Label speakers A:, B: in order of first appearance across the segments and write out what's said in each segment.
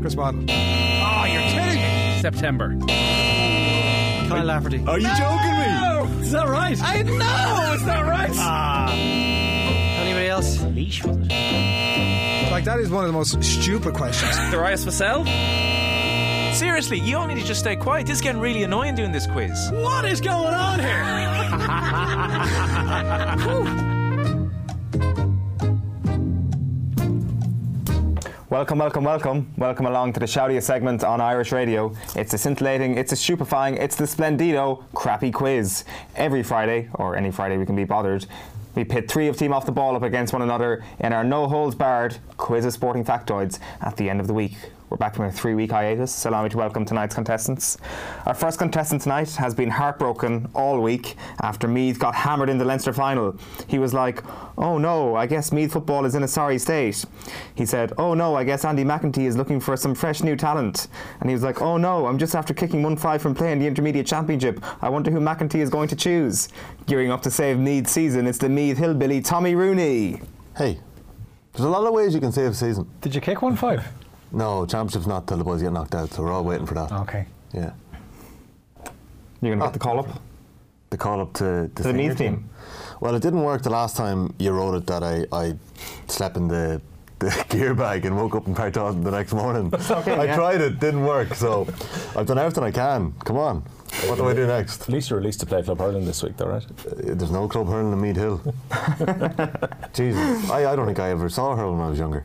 A: Chris Waddle. Oh, you're kidding me!
B: September.
C: Kyle Lafferty.
A: Are you joking me?
C: Is that right? Ah.
A: I know it's not right.
C: Anybody else?
B: Leash, was it?
A: Like that is one of the most stupid questions.
B: Darius Vassell?
D: Seriously, you all need to just stay quiet. This is getting really annoying doing this quiz.
C: What is going on here?
E: Welcome, welcome, welcome. Welcome along to the shoutier segment on Irish radio. It's a scintillating, it's a stupefying, it's the splendido crappy quiz. Every Friday, or any Friday we can be bothered, we pit three of Team Off the Ball up against one another in our no holds barred quiz of sporting factoids at the end of the week. We're back from a three week hiatus, so allow me to welcome tonight's contestants. Our first contestant tonight has been heartbroken all week after Meath got hammered in the Leinster final. He was like, Oh no, I guess Meath football is in a sorry state. He said, Oh no, I guess Andy McEntee is looking for some fresh new talent. And he was like, Oh no, I'm just after kicking 1 5 from playing the Intermediate Championship. I wonder who McEntee is going to choose. Gearing up to save Meath's season, it's the Meath Hillbilly Tommy Rooney.
F: Hey, there's a lot of ways you can save a season.
C: Did you kick one five?
F: No, championship's not till the boys get knocked out, so we're all waiting for that.
C: Okay.
F: Yeah.
E: You're going to get the call up?
F: The call up to, to
E: the
F: senior
E: Meath team.
F: Well, it didn't work the last time you wrote it that I, I slept in the, the gear bag and woke up in Parkdawson the next morning. I
E: yeah.
F: tried it, didn't work, so I've done everything I can. Come on. What do I do next? Uh,
G: At least you're released to play club hurling this week, though, right?
F: There's no club hurling in Mead Hill. Jesus. I, I don't think I ever saw hurling when I was younger.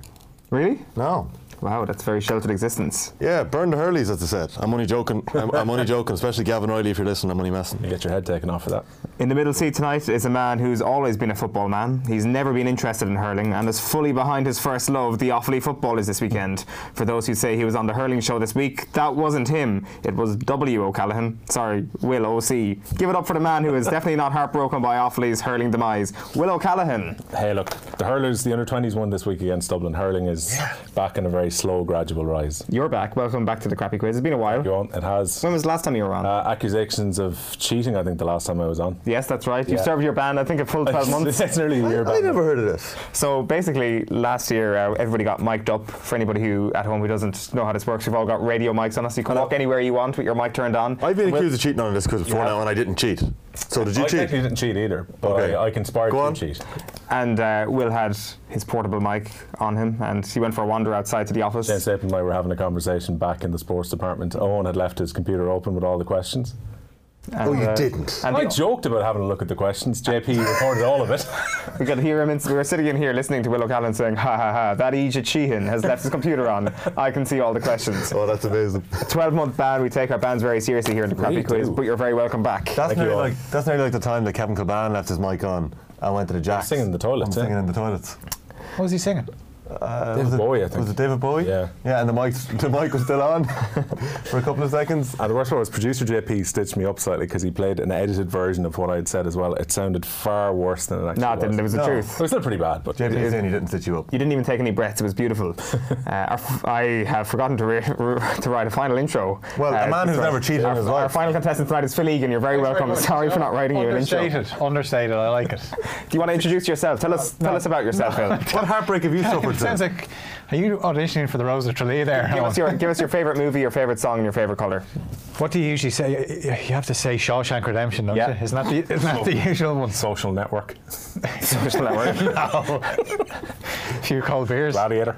E: Really?
F: No.
E: Wow, that's very sheltered existence.
F: Yeah, burn the Hurleys, as I said. I'm only joking. I'm, I'm only joking, especially Gavin Riley, if you're listening, I'm only messing.
G: You get your head taken off for that.
E: In the middle seat tonight is a man who's always been a football man. He's never been interested in hurling and is fully behind his first love, the Offaly footballers, this weekend. For those who say he was on the hurling show this week, that wasn't him. It was W. O'Callaghan. Sorry, Will O.C. Give it up for the man who is definitely not heartbroken by Offaly's hurling demise, Will O'Callaghan.
G: Hey, look, the hurlers, the under 20s won this week against Dublin. Hurling is back in a very slow, gradual rise.
E: You're back. Welcome back to the crappy quiz. It's been a while.
G: Go on, it has.
E: When was the last time you were on?
G: Uh, accusations of cheating, I think, the last time I was on.
E: yes, that's right. You
G: yeah.
E: served your ban, I think, a full 12 months.
G: It's nearly a year
F: I
G: back.
F: never heard of this.
E: So basically, last year uh, everybody got mic'd up. For anybody who at home who doesn't know how this works, we've all got radio mics on us. You can walk anywhere you want with your mic turned on.
F: I've been accused of cheating on this because before now, and I didn't cheat. So did you
G: Oh, I
F: cheat?
G: technically didn't cheat either, but
F: Okay.
G: I, I conspired
F: Go
G: to
F: on.
G: cheat.
E: And uh, Will had his portable mic on him, and he went for a wander outside to the office.
G: James Staple and I were having a conversation back in the sports department. Owen had left his computer open with all the questions.
E: And,
F: Oh, you
E: uh,
F: didn't.
E: And
G: I
E: the-
G: joked about having a look at the questions. JP recorded all of it.
E: we could hear him. In, we were sitting in here listening to Will O'Callaghan saying, "Ha ha ha! That Egypt Sheehan has left his computer on. I can see all the questions."
F: Oh, that's amazing.
E: 12 month ban, we take our bans very seriously here in the crappy
G: Really
E: quiz,
G: do.
E: but you're very welcome back.
F: That's nearly
G: you all.
F: like that's nearly like the time that Kevin Coban left his mic on and went to the jacks.
G: singing in the toilets,
F: I'm
G: eh?
F: singing in the toilets.
C: What was he singing?
F: Uh,
G: David
F: was it-
G: Bowie, I think.
F: Was it David Bowie?
G: Yeah.
F: Yeah, and the mic the mic was still on for a couple of seconds.
G: And Uh, the worst part was producer JP stitched me up slightly because he played an edited version of what I had said as well. It sounded far worse than it actually
E: no, it
G: was.
E: didn't. It was the
F: No.
E: truth.
G: It was still pretty bad, but
F: JP is saying he didn't stitch you up.
E: You didn't even take any breaths. It was beautiful. uh, our f- I have forgotten to, re- re- to write a final intro.
F: Well, a
E: Uh,
F: man who's
E: sorry.
F: never cheated in
E: Our,
F: his
E: our
F: life.
E: final contestant tonight is Phil Egan. You're very welcome. Sorry for not writing you an intro. Do
C: Understated. Understated. I like it.
E: you want to introduce yourself? Tell us, tell us about yourself, Phil.
F: What heartbreak have you suffered?
C: it sounds
F: since?
C: like. Are you auditioning for the Rose of Tralee there?
E: Give
C: Owen?
E: us your, give us your favorite movie, your favorite song, and your favorite color.
C: What do you usually say? You have to say Shawshank Redemption, don't
E: Yeah.
C: you? Isn't that the, isn't that the usual one?
G: social network,
E: Social network.
C: A few cold beers.
G: Gladiator.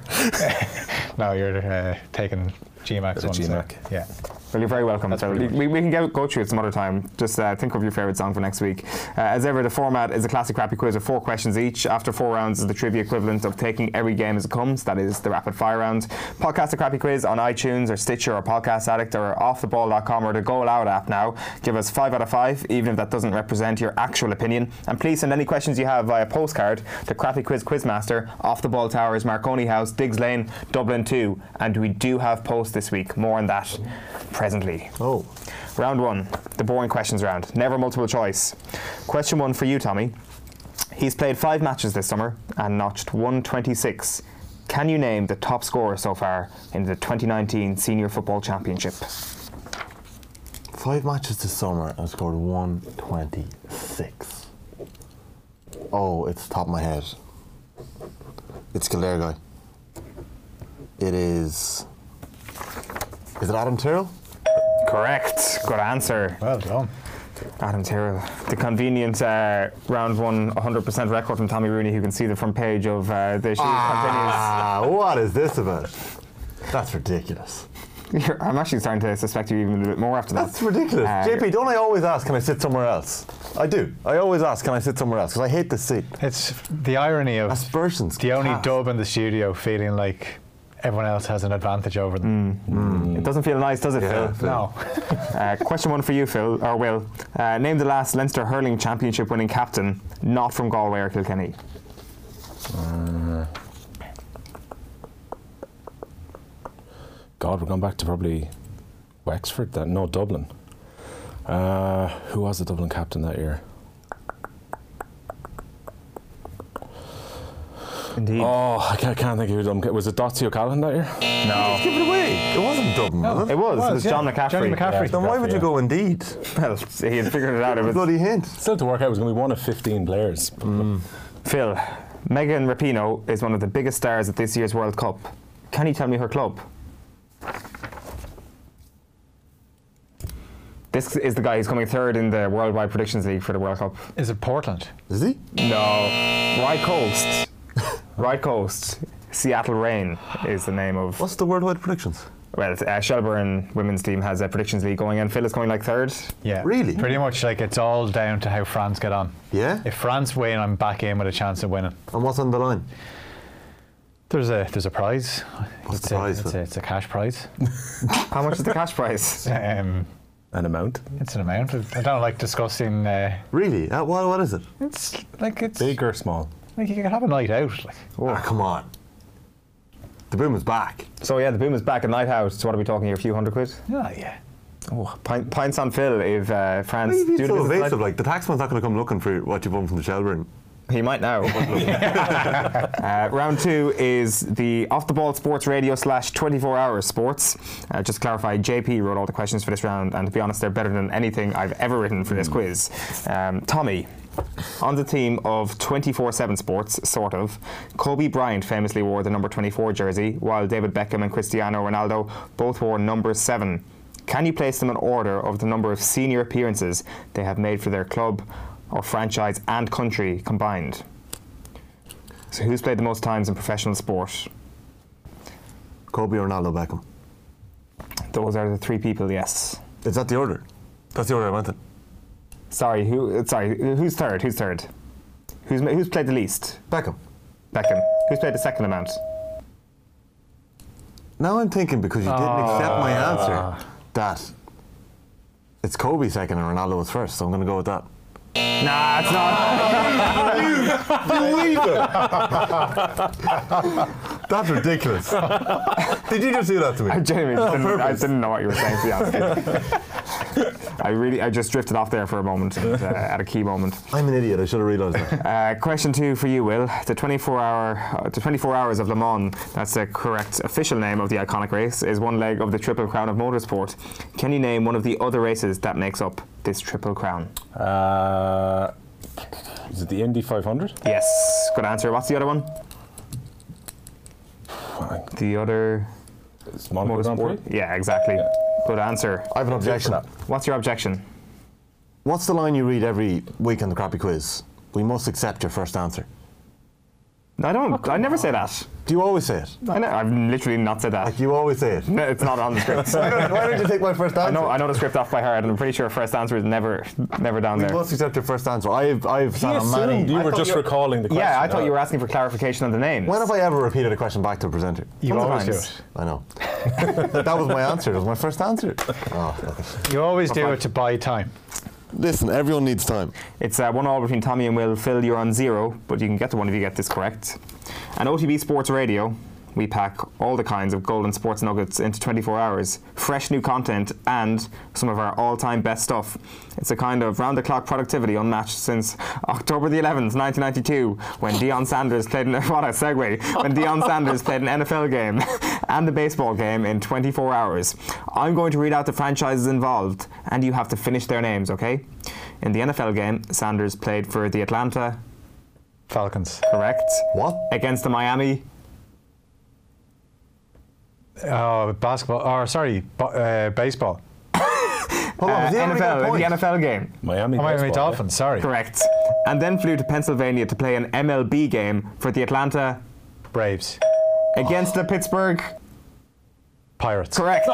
C: No, you're uh, taking GMAX
G: The
C: ones. there.
G: GMAC.
C: Yeah.
E: Well, you're very welcome. Phil. We, we can go, go through it some other time. Just uh, think of your favourite song for next week. Uh, as ever, the format is a classic crappy quiz with four questions each. After four rounds is the trivia equivalent of taking every game as it comes. That is the rapid fire round. Podcast the crappy quiz on iTunes or Stitcher or Podcast Addict or offtheball.com or the Go Loud app now. Give us five out of five, even if that doesn't represent your actual opinion. And please send any questions you have via postcard to Crappy Quiz Quizmaster, Off the Ball Towers, Marconi House, Diggs Lane, Dublin 2. And we do have posts this week. More on that presently.
F: Oh,
E: Round one, the boring questions round. Never multiple choice. Question one for you, Tommy. He's played five matches this summer and notched 126. Can you name the top scorer so far in the 2019 Senior Football Championship?
F: five matches this summer and scored 126. Oh, it's top of my head. It's Kildare guy. It is. Is it Adam Tyrrell?
E: Correct. Good answer.
C: Well done.
E: Adam Tyrrell. The convenient uh, round one 100% record from Tommy Rooney, who can see the front page of uh, the Shield
F: Ah, what is this about? That's ridiculous.
E: continues. You're- I'm actually starting to suspect you even a little bit more after that.
F: That's ridiculous.
E: Uh,
F: JP, don't I always ask, can I sit somewhere else? I do. I always ask, can I sit Ah. somewhere else? Because I hate this seat.
C: It's the irony of
F: Aspersions.
C: the only
F: cast.
C: dub in the studio feeling like everyone else has an advantage over
E: Mm.
C: them.
E: It doesn't feel nice, does it,
F: Yeah,
E: Phil?
C: No.
E: Uh, question one for you, Phil, or Will. Uh, name the last Leinster Hurling Championship winning captain, not from Galway or Kilkenny.
G: God, we're going back to probably Wexford then. No, Dublin. Uh, who was the Dublin captain that year?
E: Indeed.
G: Oh, I can't, can't think of who Dublin. Was it Dotsy O'Callaghan that year?
E: no.
F: Give it away. It wasn't Dublin, was it?
E: It was. It was,
C: yeah.
E: John McCaffrey.
C: Johnny McCaffrey.
F: Then why would you go indeed?
E: Well, he had figured it out. It was
F: Bloody hint.
G: Still to work out, it was going to be one of 15 players.
E: Phil, Megan Rapinoe is one of the biggest stars at this year's World Cup. Can you tell me her club? This is the guy who's coming third in the Worldwide Predictions League for the World Cup.
C: Is it Portland?
F: Is he?
E: No. Right Coast. right Coast. Seattle Rain is the name of.
F: What's the worldwide predictions?
E: Well, it's, uh, Shelburne women's team has a predictions league going, and Phil is coming like third.
C: Yeah.
F: Really?
C: Pretty much like it's all down to how France get on.
F: Yeah?
C: If France win, I'm back in with a chance of winning.
F: And what's on the line?
C: There's a there's a prize.
F: What's
C: it's
F: the
C: a,
F: prize,
C: It's
F: Phil?
C: a, it's a cash prize.
E: How much is the cash prize?
C: um,
G: An amount.
C: it's an amount. of- I don't like discussing. Uh,
F: Really? Uh, what, what is it?
C: it's like it's
G: Big or small?
C: like you can have a night out. Like
F: Oh, come on. The boom is back.
E: So, yeah, the boom is back at Night House. So, what are we talking here? A few hundred quid?
C: yeah, yeah.
E: Oh, pint- pints on Phil if uh, France
F: Why are
E: do
F: you being
E: the
F: so
E: business
F: evasive?
E: like-
F: Like, the taxman's not going to come looking for what you've won from the Shelburne.
E: He might now. uh, round two is the off the ball sports radio slash 24 hour sports. Uh, just to clarify, JP wrote all the questions for this round, and to be honest, they're better than anything I've ever written for this quiz. Um, Tommy, on the theme of 24 7 sports, sort of, Kobe Bryant famously wore the number 24 jersey, while David Beckham and Cristiano Ronaldo both wore number 7. Can you place them in order of the number of senior appearances they have made for their club or franchise and country combined? So who's played the most times in professional sport?
F: Kobe or Ronaldo Beckham.
E: Those are the three people. Yes.
F: Is that the order? That's the order I went in.
E: Sorry. Who? uh, Sorry. Who's third? Who's third? Who's ma- who's played the least?
F: Beckham.
E: Beckham. Who's played the second amount?
F: Now I'm thinking because you didn't accept my answer that it's Kobe second and Ronaldo was first, so I'm going to go with that.
E: Nah, it's not.
F: That's ridiculous. Did you just do that to me?
E: I genuinely just didn't, I didn't know what you were saying. To be honest. with you. I really, I just drifted off there for a moment and, uh, at a key moment.
F: I'm an idiot. I should have realised that.
E: Uh, question two for you, Will. The 24 hour, uh, the 24 hours of Le Mans. That's the correct official name of the iconic race. Is one leg of the Triple Crown of motorsport. Can you name one of the other races that makes up this Triple Crown?
G: Uh, is it the Indy 500?
E: Yes, good answer. What's the other one? The other
G: It's Monaco Grand
E: motorsport?
G: Prix?
E: Yeah, exactly.
G: Yeah.
E: Good answer.
F: I have an objection.
E: What's your objection?
F: What's the line you read every week on the crappy quiz? We must accept your first answer.
E: No, I don't. I never say that.
F: Do you always say it?
E: I ne- I've literally not said that.
F: Like you always say it.
E: No, it's not on the script.
F: Why don't you take my first answer?
E: I know. I know the script off by heart, and I'm pretty sure first answer is never, never down
F: We
E: there.
F: must accept your first answer. I've I've
G: He
F: sat on
G: assumed
F: many.
G: you
E: I
G: were
E: thought
G: just
E: you-
G: recalling the question.
E: Yeah, I thought you were asking for clarification on the name.
F: When have I ever repeated a question back to a presenter?
C: You always do
E: Sometimes.
C: it.
F: I know. that was my answer. That was my first answer. Oh, fuck it.
C: You always do it to buy time.
F: Listen, everyone needs time.
E: It's uh, one all between Tommy and Will. Phil, you're on zero, but you can get to one if you get this correct. And OTB Sports Radio, we pack all the kinds of golden sports nuggets into 24 hours, fresh new content, and some of our all-time best stuff. It's a kind of round-the-clock productivity unmatched since October the 11th, 1992, when Dion Sanders played an what a segue when Dion Sanders played an NFL game and a baseball game in 24 hours. I'm going to read out the franchises involved, and you have to finish their names, okay? In the NFL game, Sanders played for the Atlanta,
C: Falcons.
E: correct,
F: What?
E: against the Miami
C: Oh, basketball. Or sorry, bo- uh, baseball.
F: Hold on,
E: Uh,
F: has he Oh, already got a
E: NFL,
F: point?
E: the NFL game.
G: Miami.
C: Oh, Miami
G: baseball,
C: Dolphins. Sorry,
E: Correct. And then flew to Pennsylvania to play an MLB game for the Atlanta
C: Braves,
E: against the Pittsburgh.
C: Pirates.
E: Correct.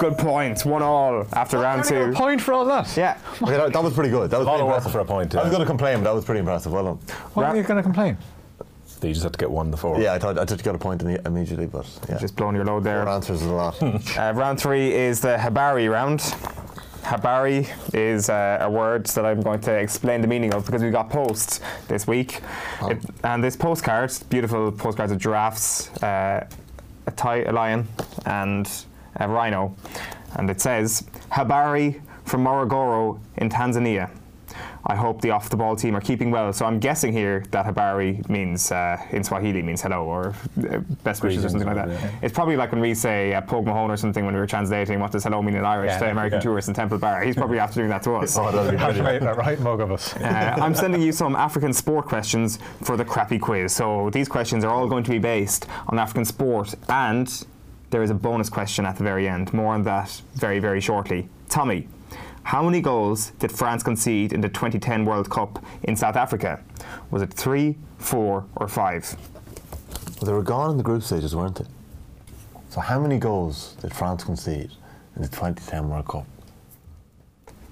E: Good point. One all after round two.
C: Point for all that.
E: Yeah.
F: Okay, that, that was pretty good. That was
G: lot
F: pretty
G: of work
F: impressive.
G: for a point,
F: I was
G: yeah.
F: going to complain, but that was pretty impressive. Well done.
C: Why are you going to complain?
G: yeah. They just had to get one to four.
F: Yeah, I thought I just got a point imme- immediately, but yeah.
E: Just blowing your load
F: Your
E: there.
F: answers is a lot.
E: Uh, round three is the Habari round. Habari is uh, a word that I'm going to explain the meaning of because we got posts this week.
G: Oh.
E: It, and this postcard, beautiful postcards of giraffes, uh, a, ti- a lion, and a rhino. And it says, Habari from Morogoro in Tanzania. I hope the off the ball team are keeping well. So I'm guessing here that Habari means, uh, in Swahili, means hello or uh, best wishes or
G: Greetings
E: something like
G: or
E: that.
G: whatever, yeah.
E: It's probably like when we say uh, Pogue Mahone or something when we were translating what does hello mean in Irish
C: Yeah,
E: to American
G: yeah.
E: tourists in Temple Bar. He's probably after doing that to us.
F: Oh, that'd be
C: Right,
F: brilliant.
C: right mug of us.
E: Uh, I'm sending you some African sport questions for the crappy quiz. So these questions are all going to be based on African sport, and there is a bonus question at the very end. More on that very, very shortly. Tommy, how many goals did France concede in the 2010 World Cup in South Africa? Was it three, four, or five?
F: They were gone in the group stages, weren't they? So how many goals did France concede in the 2010 World Cup?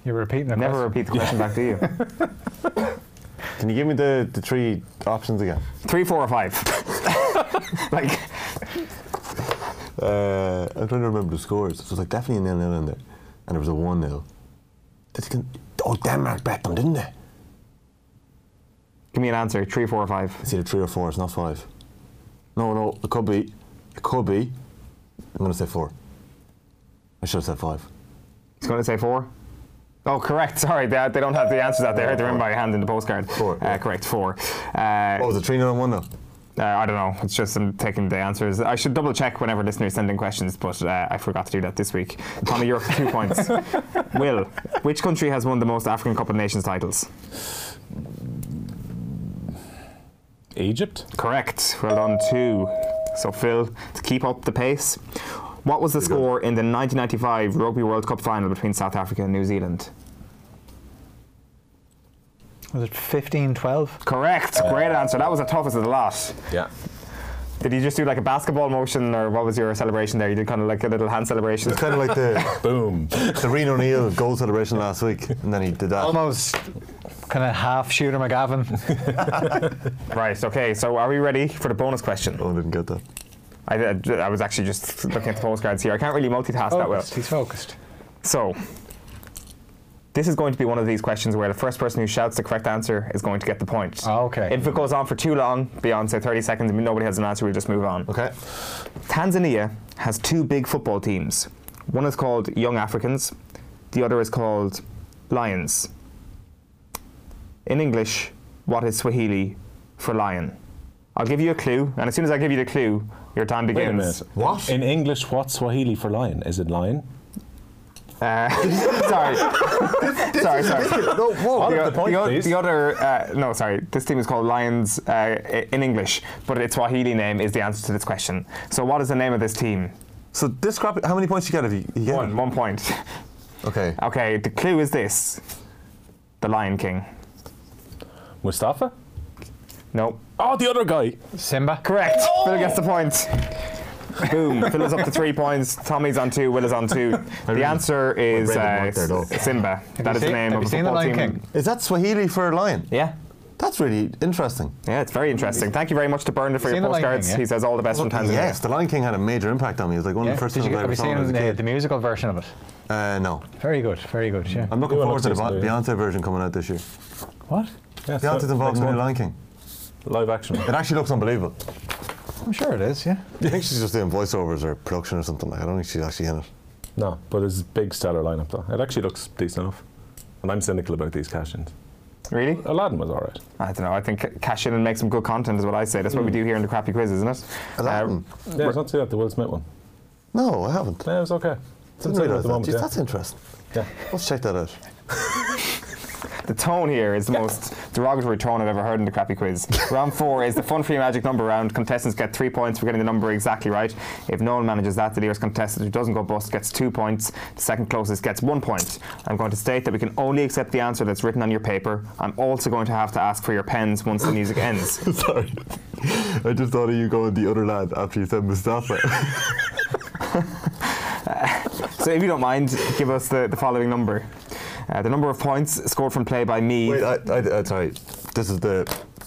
C: You're repeating the
E: Never repeat the
C: question.
E: question back to you.
F: Can you give me the, the three options again?
E: Three, four, or five? like,
F: Uh, I'm trying to remember the scores. It was like definitely a nil nil in there, and it was a one 0 Oh, Denmark bet them, didn't they?
E: give me an answer. Three, four, or five?
F: It's either three or four. It's not five. No, no, it could be. It could be. I'm gonna say four. I should have said five.
E: He's going to say four. Oh, correct. Sorry, they, they don't have the answers out there. They're in my hand in the postcard.
F: Four,
E: Uh,
F: yeah.
E: correct, four. Uh,
F: Oh, was it three nil and one though?
E: uh, I don't know. It's just I'm taking the answers. I should double check whenever listeners send in questions, but uh, I forgot to do that this week. Tommy, you're up for two points. Will, which country has won the most African Cup of Nations titles?
G: Egypt.
E: Correct. Well done, two. So, Phil, to keep up the pace, what was the score in the 1995 Rugby World Cup final between South Africa and New Zealand?
C: Was it 15, 12?
E: Correct. Great answer. That was the toughest of the lot.
G: Yeah.
E: Did you just do like a basketball motion, or what was your celebration there? You did kind of like a little hand celebration.
F: It's kind of like the
G: Boom.
F: the Reno Neal goal celebration last week, and then he did that.
C: Almost kind of half shooter McGavin.
E: right. Okay. So, are we ready for the bonus question?
F: Oh, I didn't get that.
E: I, I, I was actually just looking at the postcards here. I can't really multitask that well.
C: Focused, He's focused.
E: So, this is going to be one of these questions where the first person who shouts the correct answer is going to get the point.
C: Ah, okay.
E: If it goes on for too long, beyond say 30 seconds, and nobody has an answer, we'll just move on.
F: Okay.
E: Tanzania has two big football teams. One is called Young Africans, the other is called Lions. In English, what is Swahili for lion? I'll give you a clue, and as soon as I give you the clue, your time
G: Wait a
E: begins.
G: minute.
F: What?
G: In English, what's Swahili for lion? Is it lion?
E: Uh, sorry. sorry, sorry.
F: No, whoa.
E: The,
G: the point,
E: the o-
G: please.
E: the other, uh, no, sorry. This team is called Lions uh, i- in English, but its Swahili name is the answer to this question. So, what is the name of this team?
F: So this crap. How many points you get if you, you get
E: One, one point.
F: it? Okay.
E: Okay, the clue is this: the Lion King.
G: Mustafa?
E: Nope.
G: Oh, the other guy.
C: Simba.
E: Correct. Phil gets the point. Boom. Phil is up to three points. Tommy's on two. Will is on two. The answer is
F: Brandon
E: uh,
F: Mark there, though.
E: Simba. that
C: you
E: is the
C: seen-
E: name
C: have
E: of
C: you
E: the
C: seen The
E: football
C: Lion
E: team.
C: King?
F: Is that Swahili for lion?
E: Yeah.
F: That's really interesting.
E: Yeah, it's very interesting. Thank you very much to Bernard for
C: Seen
E: your
C: The Lion King,
E: postcards.
C: yeah?
E: He says all the best from Tanzania.
F: Yes, The Lion King had a major impact on me. It was like one
C: Yeah.
F: of the first
C: Did
F: things
C: you,
F: I
C: have
F: ever
C: you
F: saw when
C: seen
F: I was a
C: the, the
F: kid.
C: musical version of it?
F: Uh, no.
C: Very good, very good, yeah.
F: I'm looking
G: You were
F: forward to the
G: not
F: Beyonce,
G: season,
F: Beyonce version coming out this year.
C: what?
G: Yeah, so
F: Beyonce's involved
G: next
F: in the new
G: month.
F: Lion King.
G: Live action.
F: It actually looks unbelievable.
C: I'm sure it is, yeah.
F: I think she's just doing voiceovers or production or something. Like, I don't think she's actually in it.
G: no, but it's a big stellar lineup though. It actually looks decent enough. And I'm cynical about these cash-ins.
E: Really?
G: Aladdin was all right.
E: I don't know. I think cash in and make some good content is what I say. That's what we do here in the crappy quiz, isn't it? Uh,
F: Aladdin?
G: Yeah, it's not too bad. The Will Smith one.
F: No, I haven't.
G: Yeah, it was okay. It's
F: Didn't
G: enjoyable
F: realise
G: at the
F: that.
G: moment,
F: Jeez,
G: yeah.
F: That's interesting.
G: Yeah.
F: Let's check that out.
E: The tone here is the most derogatory tone I've ever heard in the crappy quiz. round four is the fun free magic number round. Contestants get three points for getting the number exactly right. If no one manages that, the nearest contestant who doesn't go bust gets two points. The second closest gets one point. I'm going to state that we can only accept the answer that's written on your paper. I'm also going to have to ask for your pens once the music ends.
F: Sorry. I just thought of you going the other lad after you said Mustafa.
E: So if you don't mind, give us the, the following number. Uh, the number of points scored from play by me.
F: Wait, I, I, I, sorry. This is the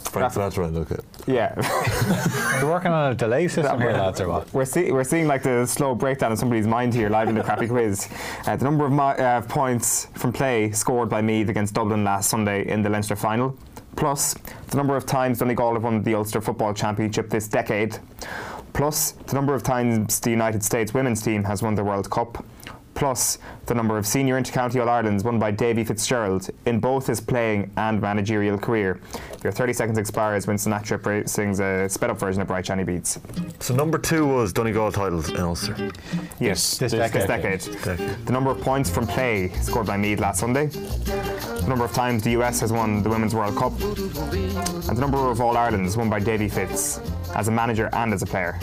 F: Frank Sinatra. Look at.
E: Yeah.
C: You're working on a delay system here, lads, or what?
E: We're, see- we're seeing like the slow breakdown of somebody's mind here live in the crappy quiz. Uh, the number of mi- uh, points from play scored by Meath against Dublin last Sunday in the Leinster final, plus the number of times Donegal have won the Ulster Football Championship this decade, plus the number of times the United States women's team has won the World Cup, plus the number of senior intercounty All Irelands won by Davy Fitzgerald in both his playing and managerial career. Your 30 seconds expires when Sinatra pra- sings a sped up version of Bright Shiny Beats.
F: So number two was Donegal titles in Ulster.
E: Yes,
C: This-
E: this,
C: this
E: decade.
C: decade.
F: Decade.
E: The number of points from play scored by Mead last Sunday. The number of times the US has won the Women's World Cup. And the number of All Irelands won by Davy Fitz as a manager and as a player.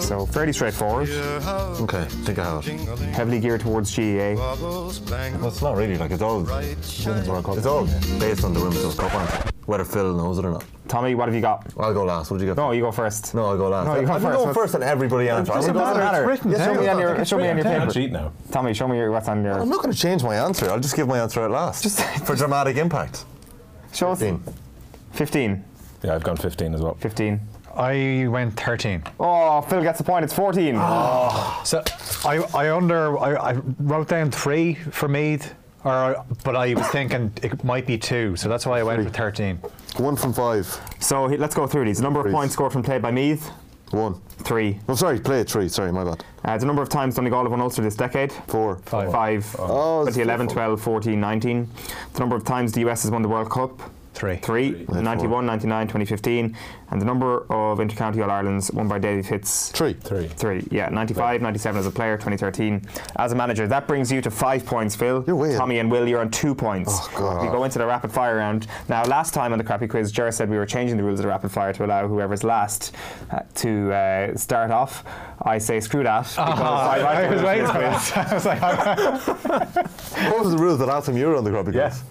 E: So fairly straightforward,
F: Okay, I think I have it.
E: heavily geared towards E GEA.
F: Well, it's not really like it's all women's World Cup. It's all based on the women's World Cup, aren't it? whether Phil knows it or not.
E: Tommy, what have you got?
F: I'll go last. What did you get?
E: No, you go first.
F: No, I'll go last.
E: No, you go
F: I've been
E: first.
F: going
E: What's-
F: first on everybody answer.
E: Doesn't
F: I'm gonna go
E: matter.
F: last.
E: It's written
F: Yes,
E: down.
F: show me on your,
E: It's
F: show me on your
E: written
G: I
E: paper.
G: cheat now.
E: Tommy, show me your, what's on your.
F: I'm not going to change my answer. I'll just give my answer at last. Just for dramatic impact.
E: Show us. 15.
G: Yeah, I've gone 15 as well.
E: 15.
C: I went 13.
E: Oh, Phil gets the point. It's 14.
C: So I, I under I, I wrote down three for Meath, or but I was thinking it might be two, so that's why I went for 13.
F: One from five.
E: So he- let's go through these. The number of
F: Please.
E: points scored from play by Meath,
F: One.
E: three.
F: No, sorry, play it three. Sorry, my bad.
E: Uh, the number of times Donegal have won Ulster this decade?
F: Four.
E: Five.
F: Oh, it's
E: 2011,
F: four.
E: 12, 14, 19. The number of times the US has won the World Cup?
C: Three.
E: Three.
F: Four.
E: 91, 99, 2015. And the number of intercounty All Irelands won by Davy Fitz?
F: Three.
G: Three.
E: Three. Yeah, 95, 97 as a player, 2013 as a manager. That brings you to five points, Phil.
F: You're way in.
E: Tommy and Will, you're on two points.
F: Oh, God.
E: We go into the rapid fire round. Now, last time on the crappy quiz, Jarrah said we were changing the rules of the rapid fire to allow whoever's last uh, to uh, start off. I say screw that. because
C: Ah,
E: I like the rules of this quiz.
C: I was like, how
F: What was the rules the last time you were on the Crappy Yes.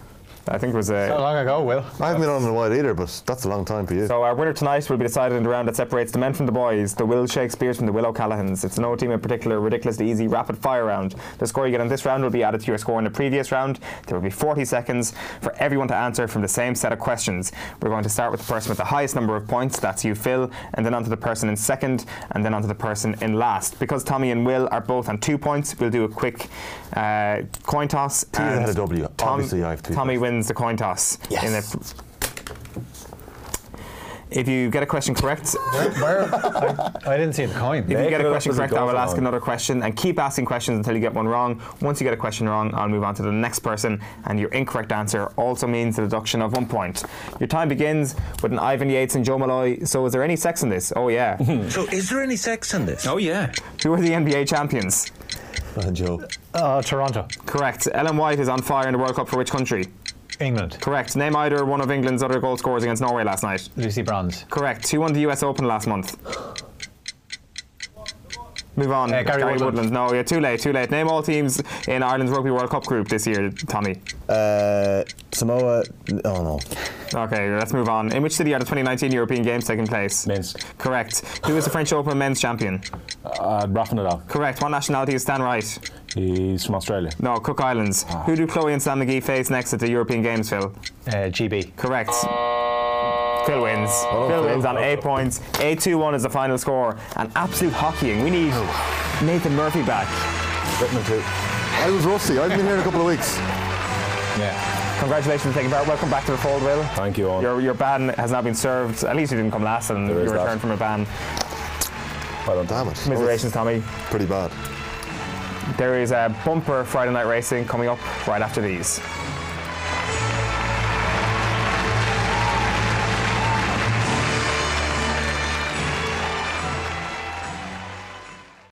E: I think it was a.
C: long ago, Will?
F: I haven't been on in a while either, but that's a long time for you.
E: So our winner tonight will be decided in the round that separates the men from the boys, the Will Shakespeares from the Will O'Callaghans. It's no team in particular, ridiculously easy rapid fire round. The score you get in this round will be added to your score in the previous round. There will be 40 seconds for everyone to answer from the same set of questions. We're going to start with the person with the highest number of points, that's you, Phil, and then onto the person in second, and then onto the person in last. Because Tommy and Will are both on two points, we'll do a quick uh, coin toss. T
F: is ahead of W. Obviously, I have two
E: Tommy
F: points.
E: wins the coin toss. in the- if you get a question correct,
C: Where? I, I didn't see the coin.
E: if you get
G: it
E: a
G: up
E: question
G: as it
E: correct, I
G: goes
E: will ask
G: along.
E: another question and keep asking questions until you get one wrong. Once you get a question wrong, I'll move on to the next person, and your incorrect answer also means the deduction of one point. Your time begins with an Ivan Yates and Joe Malloy. So, is there any sex in this? Oh yeah.
H: So, is there any sex in this?
B: Oh, yeah.
E: Who are the NBA champions?
F: Uh, Joe.
C: Uh, Toronto,
E: Correct. Ellen White is on fire in the World Cup for which country?
C: England,
E: Correct. Name either one of England's other goal scorers against Norway last night.
C: Lucy Bronze,
E: Correct. Who won the US Open last month? Move on.
C: Uh, Gary Woodland.
E: Woodland. No, yeah, too late, too late. Name all teams in Ireland's Rugby World Cup group this year, Tommy.
H: Uh, Samoa. Oh no.
E: Okay, let's move on. In which city are the 2019 European Games taking place?
G: Mince.
E: Correct. Who is the French Open men's champion?
G: Uh, roughing it up.
E: Correct. What nationality is Stan Wright?
G: He's from Australia.
E: No, Cook Islands.
C: Ah.
E: Who do Chloe and Sam McGee face next at the European Games, Phil?
C: uh, GB.
E: Correct. Phil wins.
C: Oh,
E: Phil wins on eight points. Eight two one is the final score. And absolute hockeying. We need
C: Oh.
E: Nathan Murphy back.
F: Whitman too. I was rusty. I haven't been here in a couple of weeks.
C: Yeah.
E: Congratulations on taking part. Welcome back to the fold, Will.
G: Thank you all.
E: Your, your ban has now been served. At least you didn't come last and you
G: There is that.
E: returned from a ban.
G: Well done.
F: Damn it.
E: Commiserations, Tommy.
F: Oh, that's pretty bad.
E: There is a bumper Friday night racing coming up right after these.